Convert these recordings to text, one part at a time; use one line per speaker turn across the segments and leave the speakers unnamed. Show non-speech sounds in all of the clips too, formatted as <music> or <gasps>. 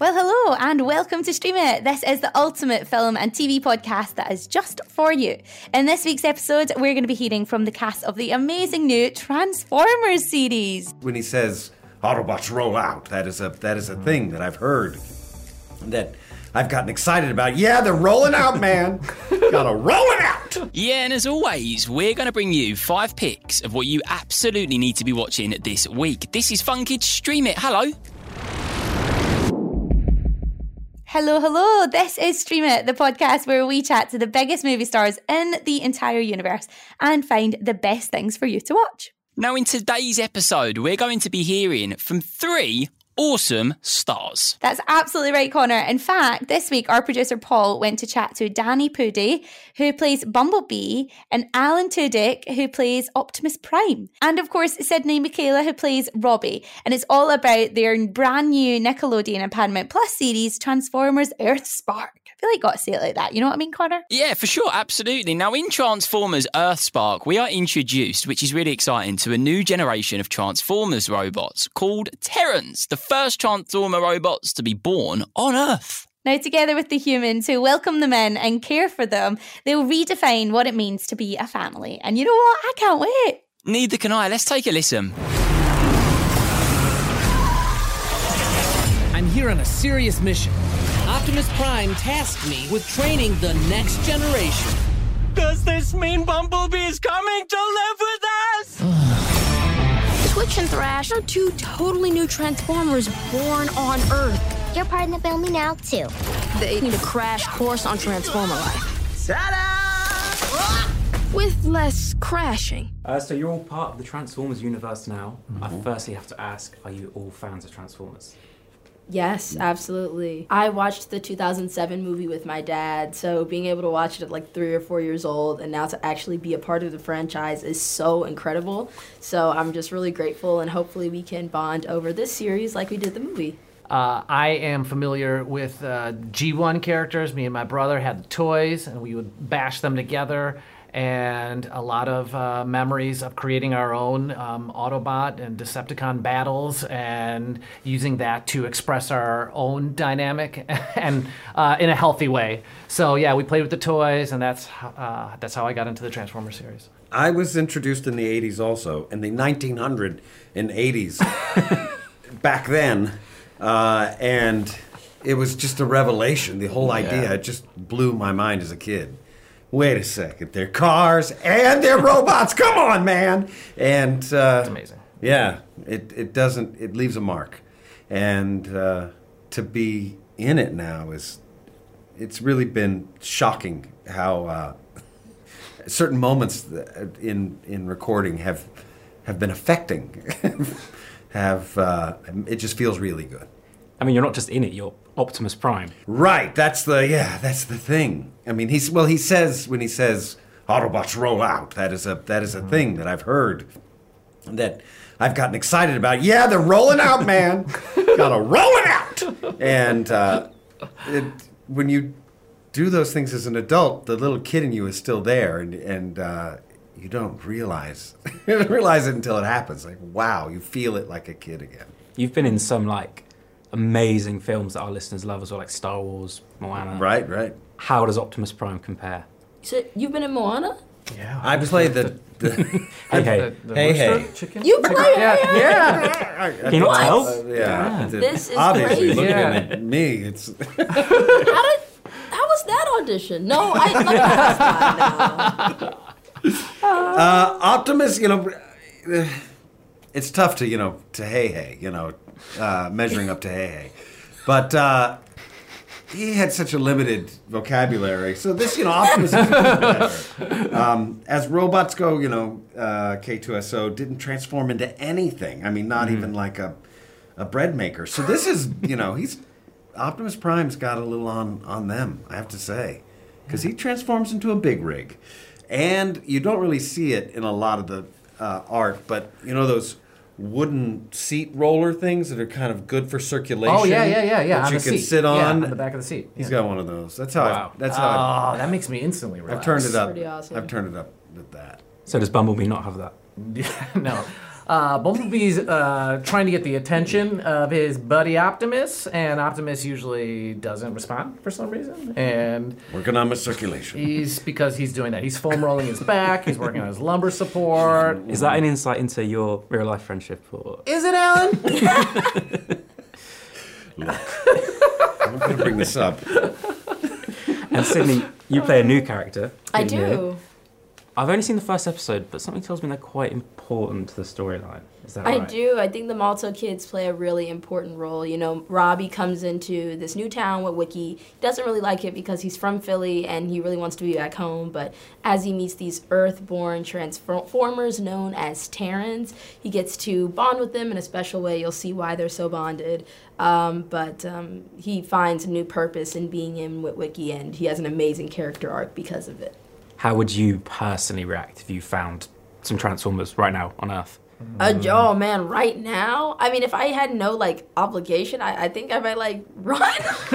Well, hello and welcome to Stream It. This is the ultimate film and TV podcast that is just for you. In this week's episode, we're going to be hearing from the cast of the amazing new Transformers series.
when he says Autobots roll out. That is a that is a thing that I've heard that I've gotten excited about. Yeah, they're rolling out, man. Gotta roll it out.
Yeah, and as always, we're going to bring you five picks of what you absolutely need to be watching this week. This is Fun Kids Stream It. Hello.
Hello, hello. This is Stream It, the podcast where we chat to the biggest movie stars in the entire universe and find the best things for you to watch.
Now, in today's episode, we're going to be hearing from three awesome stars.
That's absolutely right, Connor. In fact, this week our producer Paul went to chat to Danny Pudi, who plays Bumblebee, and Alan Tudyk, who plays Optimus Prime, and of course Sydney Michaela, who plays Robbie. And it's all about their brand new Nickelodeon and Paramount Plus series, Transformers: Earth Spark. I feel like I got to say it like that. You know what I mean, Connor?
Yeah, for sure, absolutely. Now, in Transformers Earthspark, we are introduced, which is really exciting, to a new generation of Transformers robots called Terrans, the first Transformer robots to be born on Earth.
Now, together with the humans who welcome them in and care for them, they'll redefine what it means to be a family. And you know what? I can't wait.
Neither can I. Let's take a listen.
I'm here on a serious mission. Optimus Prime tasked me with training the next generation.
Does this mean Bumblebee is coming to live with us?
Twitch and Thrash are two totally new Transformers born on Earth.
You're part in the family now, too.
They need a crash course on Transformer life. With less crashing.
Uh, so you're all part of the Transformers universe now. I firstly have to ask, are you all fans of Transformers?
Yes, absolutely. I watched the 2007 movie with my dad, so being able to watch it at like three or four years old and now to actually be a part of the franchise is so incredible. So I'm just really grateful, and hopefully, we can bond over this series like we did the movie.
Uh, I am familiar with uh, G1 characters. Me and my brother had the toys, and we would bash them together. And a lot of uh, memories of creating our own um, Autobot and Decepticon battles, and using that to express our own dynamic <laughs> and uh, in a healthy way. So yeah, we played with the toys, and that's ho- uh, that's how I got into the Transformers series.
I was introduced in the 80s also, in the 1980s back then. Uh, and it was just a revelation. The whole idea it just blew my mind as a kid. Wait a second, they're cars and they're robots. Come on, man. And uh, That's
amazing.
Yeah, it, it doesn't, it leaves a mark. And uh, to be in it now is, it's really been shocking how uh, certain moments uh, in, in recording have, have been affecting. <laughs> have, uh, it just feels really good.
I mean, you're not just in it, you're Optimus Prime.
Right. That's the yeah. That's the thing. I mean, he's well. He says when he says Autobots roll out. That is a that is a thing that I've heard that I've gotten excited about. Yeah, they're rolling out, man. Gotta roll it out. And uh, it, when you do those things as an adult, the little kid in you is still there, and and uh, you don't realize <laughs> you don't realize it until it happens. Like wow, you feel it like a kid again.
You've been in some like amazing films that our listeners love as well, like Star Wars, Moana.
Right. Right.
How does Optimus Prime compare?
So you've been in Moana?
Yeah.
I play the. the
Hey, hey.
the, the
Hey,
rooster
hey.
chicken.
You played
yeah, yeah.
Can you not tell?
Oh, Yeah.
This
<laughs>
is
Obviously,
crazy.
looking
Yeah.
at me, it's
How did? How was that audition? No, I.
<laughs>
Let me ask that now.
uh, Optimus. You know, uh, it's tough to you know to hey hey you know uh, measuring up to hey hey, but uh, he had such a limited vocabulary. So this you know Optimus is better. Um, as robots go, you know uh, K2SO didn't transform into anything. I mean, not
Mm-hmm.
even like a a bread maker. So this is you know he's Optimus Prime's got a little on on them. I have to say because
Mm-hmm.
he transforms into a big rig, and you don't really see it in a lot of the uh, art. But you know those wooden seat roller things that are kind of good for circulation.
Oh yeah, yeah, yeah, yeah.
That
on
you
the
can
seat.
sit
Yeah,
on.
on the back of the seat.
He's
yeah.
got one of those. That's how.
Wow.
I, that's how I,
Oh, that makes me instantly relax.
I've turned it up.
pretty awesome.
I've turned it up with that.
<laughs>
So does Bumblebee not have that?
no. Uh, Bumblebee's uh, trying to get the attention of his buddy Optimus, and Optimus usually doesn't respond for some reason. And
Working on my circulation.
he's because he's doing that. He's foam rolling his back. He's working on his
<laughs>
lumbar support.
Is that an insight into your real life friendship? Or
Is it Alan?
I'm going to bring this up.
and Sydney, you play a new character.
I
didn't you?
do.
I've only seen the first episode, but something tells me they're quite important to the storyline. Is that
I
right?
do. I think the Malto kids play a really important role. You know, Robbie comes into this new town with Wiki. He doesn't really like it because he's from Philly and he really wants to be back home. But as he meets these Earthborn Transformers known as Terrans, he gets to bond with them in a special way. You'll see why they're so bonded. Um, but um, he finds a new purpose in being in with Wiki, and he has an amazing character arc because of it.
How would you personally react if you found some Transformers right now on Earth?
Mm.
Uh, oh man, right now? I mean, if I had no like obligation, I, I think I might like <laughs> run. No,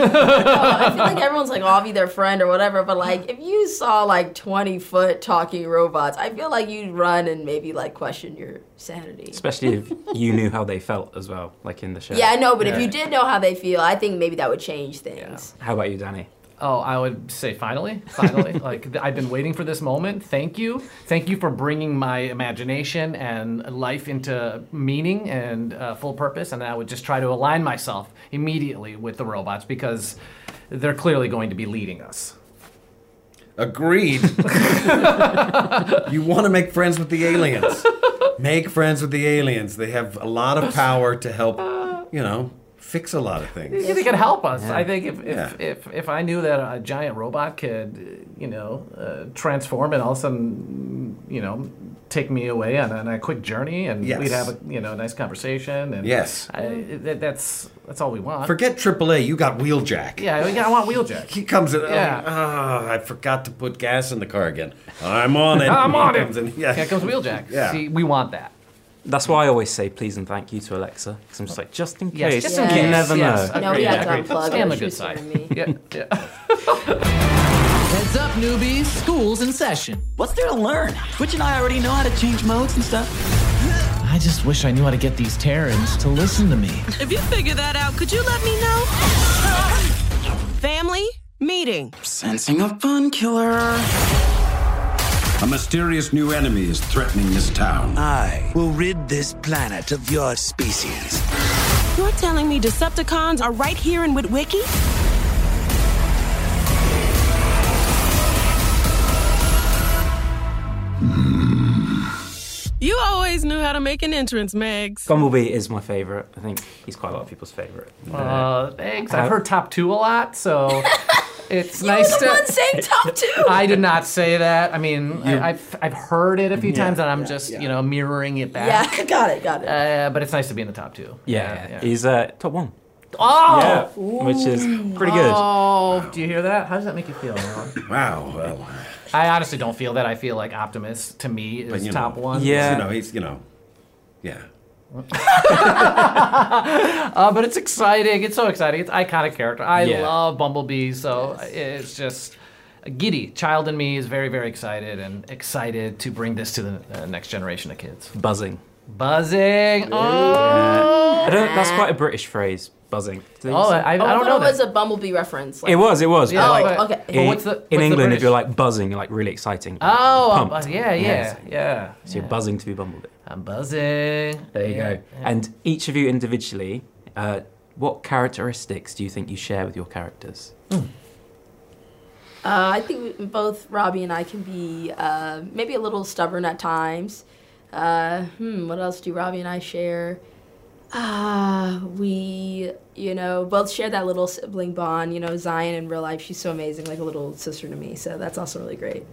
I feel like everyone's like, oh, I'll be their friend or whatever. But like, if you saw like 20 foot talking robots, I feel like you'd run and maybe like question your sanity.
Especially if you knew how they felt as well, like in the show.
Yeah, I know, but if you did know how they feel, I think maybe that would change things.
How about you, Danny?
oh, I would say finally, finally. like th- I've been waiting for this moment. Thank you, thank you for bringing my imagination and life into meaning and uh, full purpose. And I would just try to align myself immediately with the robots because they're clearly going to be leading us.
Agreed. you want to make friends with the aliens. Make friends with the aliens. They have a lot of power to help, you know, fix a lot of things.
Yeah, they could help us. I think if if,
Yeah.
if if I knew that a giant robot could, uh, you know, uh, transform and all of a sudden, you know, take me away on, on a quick journey, and
Yes.
we'd have a you know nice conversation. And
Yes.
I, that, that's that's all we want.
Forget AAA, you got Wheeljack.
yeah, I- yeah, I want Wheeljack.
He comes in.
Yeah.
Oh, I forgot to put gas in the car again. I'm on it. <laughs>
I'm
He
on
comes
it.
in, Yeah.
Here comes Wheeljack.
Yeah.
See, we want that.
That's why I always say please and thank you to Alexa, 'cause I'm just like, just in
Yes,
case.
just
in
You
case,
never
yes.
know.
No, we
Agreed,
have to
agreed.
unplug.
Stay on
or
the good
she's
side.
screaming at me.
Yeah, yeah.
Heads up, newbies. School's in session.
What's there to learn? Twitch and I already know how to change modes and stuff.
I just wish I knew how to get these Terrans to listen to me.
If you figure that out, could you let me know? Family meeting. Sensing a fun killer.
A mysterious new enemy is threatening this town.
I will rid this planet of your species. You're telling me Decepticons are right here in Witwiki? You always knew how to make an entrance, Megs.
Bumblebee is my favourite. I think he's quite a lot of people's favourite.
Uh, thanks.
Uh-huh.
I've heard top two a lot,
<laughs>
so it's nice
You're Oh, the
to.
one saying top two.
I did not say that. I mean, I, I've I've heard it a few times, and I'm just you know mirroring it back.
<laughs> yeah, got it, got it.
Uh, but it's nice to be in the top two.
yeah, he's uh, top one.
Oh,
Yeah, which is pretty good.
oh, do you hear that? How does that make you feel? Noah?
Wow. Well,
I honestly don't feel that. I feel like Optimus to me is
you
top
know,
one.
Yeah.
you know, he's, you know, yeah.
Uh, but it's exciting. It's so exciting. It's iconic character. I
Yeah.
love Bumblebee, so it's just giddy. Child in me is very very excited and excited to bring this to the uh, next generation of kids.
Buzzing.
Buzzing. Oh.
I don't. That's quite a British phrase. Buzzing. Do they
Oh,
say-
I, I
Oh,
don't
thought
know.
It
that.
was a bumblebee reference. Like,
it was. It was.
Yeah,
but,
but-
Oh,
like,
okay.
But what's the,
in
what's the
England, if
British-
you're like buzzing, you're like really exciting. you're
oh, I'm
pumped.
buzz- yeah, yeah,
Yes.
yeah,
So you're buzzing to be Bumblebee.
I'm buzzing.
There you go. And each of you individually, uh, what characteristics do you think you share with your characters?
Uh, I think we- both Robbie and I can be uh, maybe a little stubborn at times. Uh, hmm, what else do Robbie and I share? Ah, we, you know, both share that little sibling bond. You know, Zion in real life, she's so amazing, like a little sister to me. So that's also really great.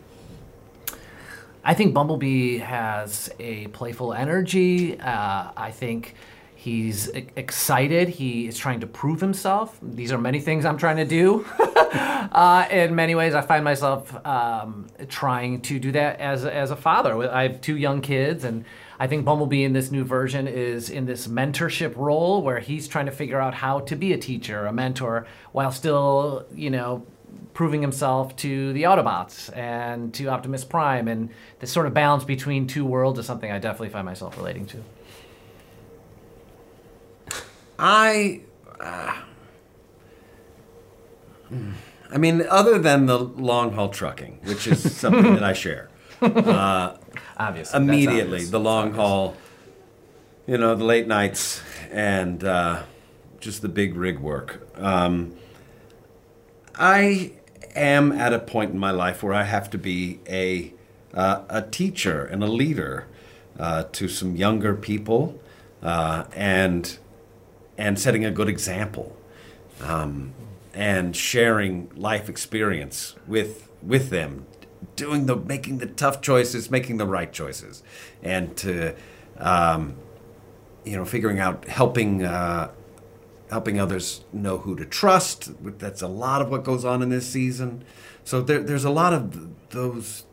I think Bumblebee has a playful energy. Uh, I think he's e- excited. He is trying to prove himself. These are many things I'm trying to do. uh, in many ways, I find myself um, trying to do that as as a father. I have two young kids, and I think Bumblebee in this new version is in this mentorship role where he's trying to figure out how to be a teacher, a mentor, while still, you know, proving himself to the Autobots and to Optimus Prime, and the sort of balance between two worlds is something I definitely find myself relating to.
I. Uh, I mean, other than the long haul trucking, which <laughs> is something that I share. Uh,
Obviously, that's
Immediately,
obvious.
the long haul, you know, the late nights and uh, just the big rig work. Um, I am at a point in my life where I have to be a uh, a teacher and a leader uh, to some younger people, uh, and and setting a good example, um, and sharing life experience with with them, doing the making the tough choices, making the right choices, and to um, you know figuring out helping. Uh, helping others know who to trust. That's a lot of what goes on in this season. So there, there's a lot of th- those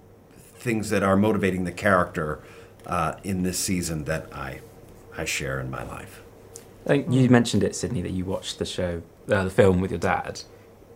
things that are motivating the character uh, in this season that I, I share in my life.
I think you mentioned it, Sydney, that you watched the show, uh, the film with your dad.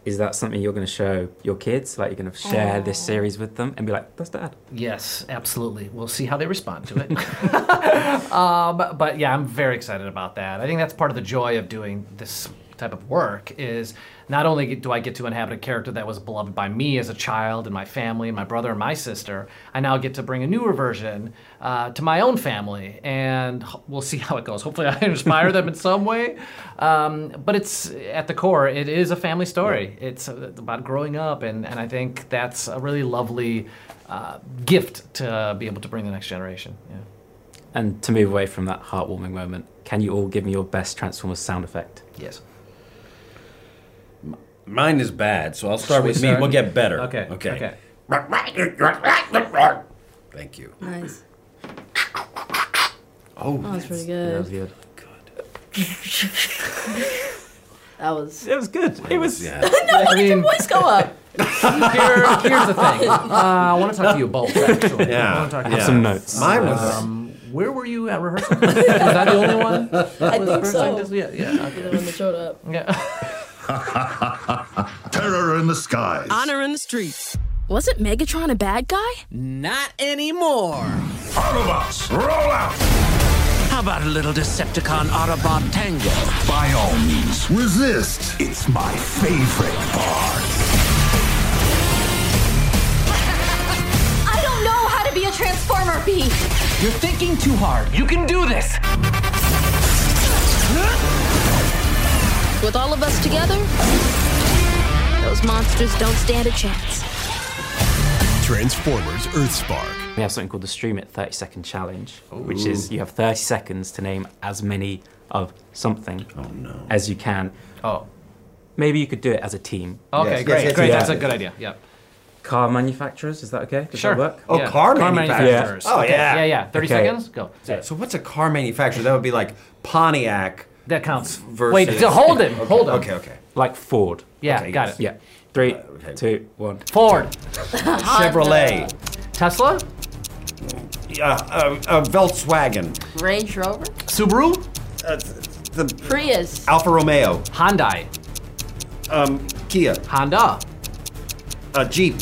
Is that something you're going to show your kids? Like you're going to share this
Oh.
series with them and be like, "That's dad."
Yes, absolutely. We'll see how they respond to it. <laughs> um, but yeah, I'm very excited about that. I think that's part of the joy of doing this type of work is not only get- do I get to inhabit a character that was beloved by me as a child and my family, my brother and my sister, I now get to bring a newer version uh, to my own family, and ho- we'll see <laughs> how it goes. Hopefully, I inspire them in some way. Um, but it's at the core, it is a family story. It's uh, about growing up, and, and I think that's a really lovely uh, gift to be able to bring the next generation. Yeah.
And to move away from that heartwarming moment, can you all give me your best Transformers sound effect?
Yes.
Mine is bad, so I'll start with me. We'll get better.
Okay,
Okay. Thank you.
Nice.
Oh,
That was pretty good.
good.
<laughs> That was.
It was good. It was.
Yeah.
no, why did your voice go up?
<laughs> Here- here's
<laughs>
the thing. Uh, I want to talk to you both. Actually.
Yeah,
I want to talk to
yeah.
you
Have some notes. Mine was-
Uh,
Um, where were you at rehearsal? <laughs> was that the only one?
I
Was the
think
first
so.
time just- yeah, yeah.
The one that showed up.
Yeah.
<laughs> Terror in the skies.
Honor in the streets.
Wasn't Megatron a bad guy?
Not anymore.
Autobots, roll out!
How about a little Decepticon Autobot tango?
By all means, resist. It's my favorite part.
I don't know how to be a Transformer bee.
You're thinking too hard. You can do this.
With all of us together, those monsters don't stand a chance.
Transformers Earthspark.
We have something called the Stream It 30 Second Challenge, which is you have 30 seconds to name as many of something as you can.
Oh.
Maybe you could do it as a team.
Okay,
Yes, great, yes, yes, great. yes.
That's a good idea. Yeah.
Car manufacturers, is that okay? Does
Sure.
that work?
Oh,
Yeah.
car,
Car
manufacturers.
manufacturers.
Oh,
Okay.
yeah.
Yeah, yeah. 30
Okay.
seconds? Go.
So what's a car manufacturer? That would be like Pontiac.
That counts.
Versus...
Wait, so hold it, hold on.
Okay, okay.
Like Ford.
Yeah,
Okay,
got
yes.
it.
Yeah. Three, two, one.
Ford,
Chevrolet.
Tesla,
Uh, uh, uh, Volkswagen.
Range Rover?
Subaru,
Uh, the
Prius.
Alfa Romeo.
Hyundai,
Um, Kia.
Honda,
Uh, Jeep.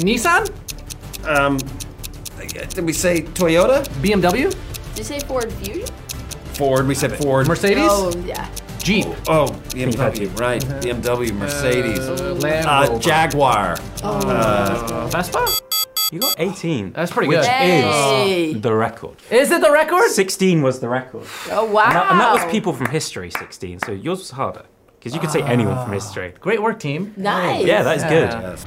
Nissan,
Um, did we say Toyota?
BMW,
Did you say Ford Fusion?
Ford. We said Ford.
Mercedes,
Oh, yeah.
Jeep,
Oh, BMW. Right. BMW. Mercedes.
uh,
Uh-huh. Uh,
Land Rover.
Jaguar. Uh,
Vespa.
You got 18.
That's pretty good.
Which
Hey.
is the record.
Is it the record?
16 was the record.
Oh, wow.
And that, and that was people from history, 16, so yours was harder. Because you could say
Ah.
anyone from history.
Great work, team.
Nice.
Yeah, that is good.
yes.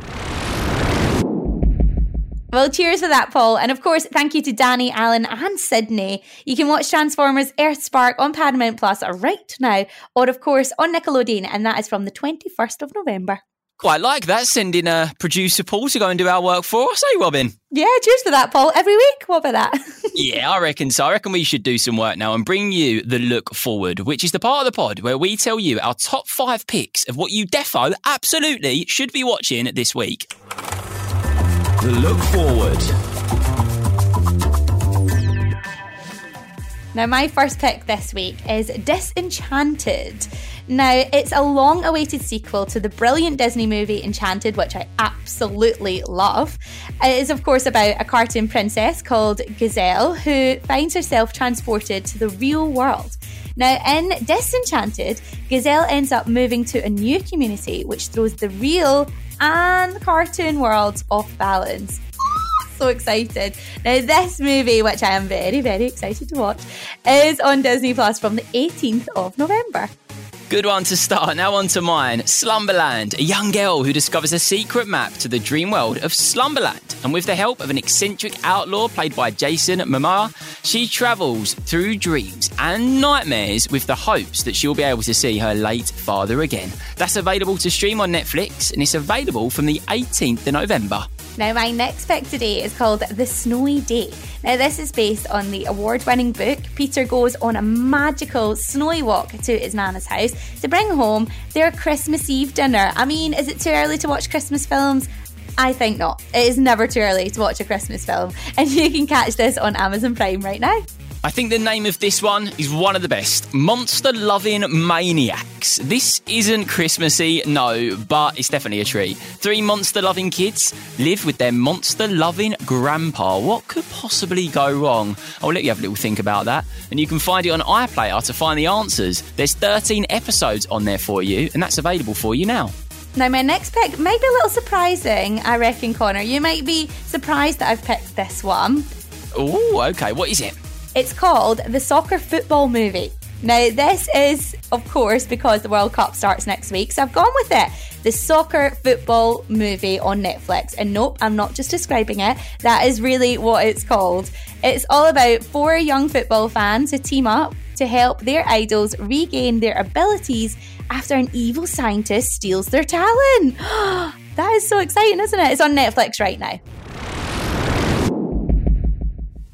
Well, cheers for that, Paul. And of course, thank you to Danny, Alan, and Sydney. You can watch Transformers Earthspark on Paramount Plus right now, or of course on Nickelodeon, and that is from the 21st of November.
Quite like that, sending a producer Paul to go and do our work for us, eh, Robin?
Yeah, cheers for that, Paul. Every week. What about that? <laughs>
Yeah, I reckon so. I reckon we should do some work now and bring you the look forward, which is the part of the pod where we tell you our top five picks of what you defo absolutely should be watching this week. The look forward.
Now, my first pick this week is Disenchanted. Now, it's a long awaited sequel to the brilliant Disney movie Enchanted, which I absolutely love. It is, of course, about a cartoon princess called Gazelle who finds herself transported to the real world. Now, in Disenchanted, Gazelle ends up moving to a new community, which throws the real and cartoon worlds off balance so excited. Now, this movie, which I am very, very excited to watch, is on Disney Plus from the 18th of November.
Good one to start. Now on to mine. Slumberland, a young girl who discovers a secret map to the dream world of Slumberland. And with the help of an eccentric outlaw played by Jason Momoa, she travels through dreams and nightmares with the hopes that she'll be able to see her late father again. That's available to stream on Netflix and it's available from the 18th of November.
Now, my next pick today is called The Snowy Day. Now, this is based on the award winning book. Peter goes on a magical snowy walk to his nana's house to bring home their Christmas Eve dinner. I mean, is it too early to watch Christmas films? I think not. It is never too early to watch a Christmas film, <laughs> and you can catch this on Amazon Prime right now.
I think the name of this one is one of the best Monster Loving Maniacs. This isn't Christmassy, no, but it's definitely a treat. Three monster loving kids live with their monster loving grandpa. What could possibly go wrong? I'll let you have a little think about that. And you can find it on iPlayer to find the answers. There's 13 episodes on there for you, and that's available for you now.
Now, my next pick might be a little surprising, I reckon, Connor. You might be surprised that I've picked this one.
Oh, okay. What is it?
It's called The Soccer Football Movie. Now, this is, of course, because the World Cup starts next week, so I've gone with it. The Soccer Football Movie on Netflix. And nope, I'm not just describing it, that is really what it's called. It's all about four young football fans who team up to help their idols regain their abilities after an evil scientist steals their talent. <gasps> that is so exciting, isn't it? It's on Netflix right now.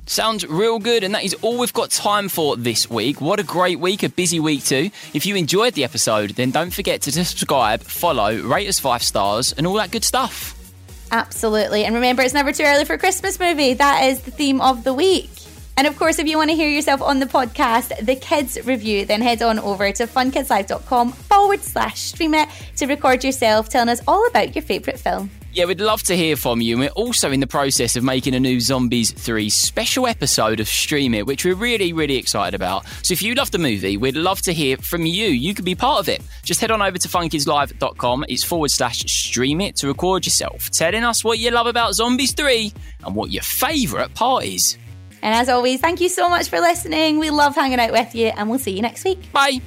Sounds real good, and that is all we've got time for this week. What a great week, a busy week too. If you enjoyed the episode, then don't forget to subscribe, follow, rate us five stars, and all that good stuff.
Absolutely. And remember, it's never too early for a Christmas movie. That is the theme of the week. And of course, if you want to hear yourself on the podcast, the kids review, then head on over to funkidslive.com forward slash stream it to record yourself telling us all about your favourite film.
Yeah, we'd love to hear from you. And we're also in the process of making a new Zombies 3 special episode of Stream It, which we're really, really excited about. So if you love the movie, we'd love to hear from you. You could be part of it. Just head on over to funkidslive.com. It's forward slash stream it to record yourself, telling us what you love about Zombies 3 and what your favourite part is.
And as always, thank you so much for listening. We love hanging out with you, and we'll see you next week.
Bye.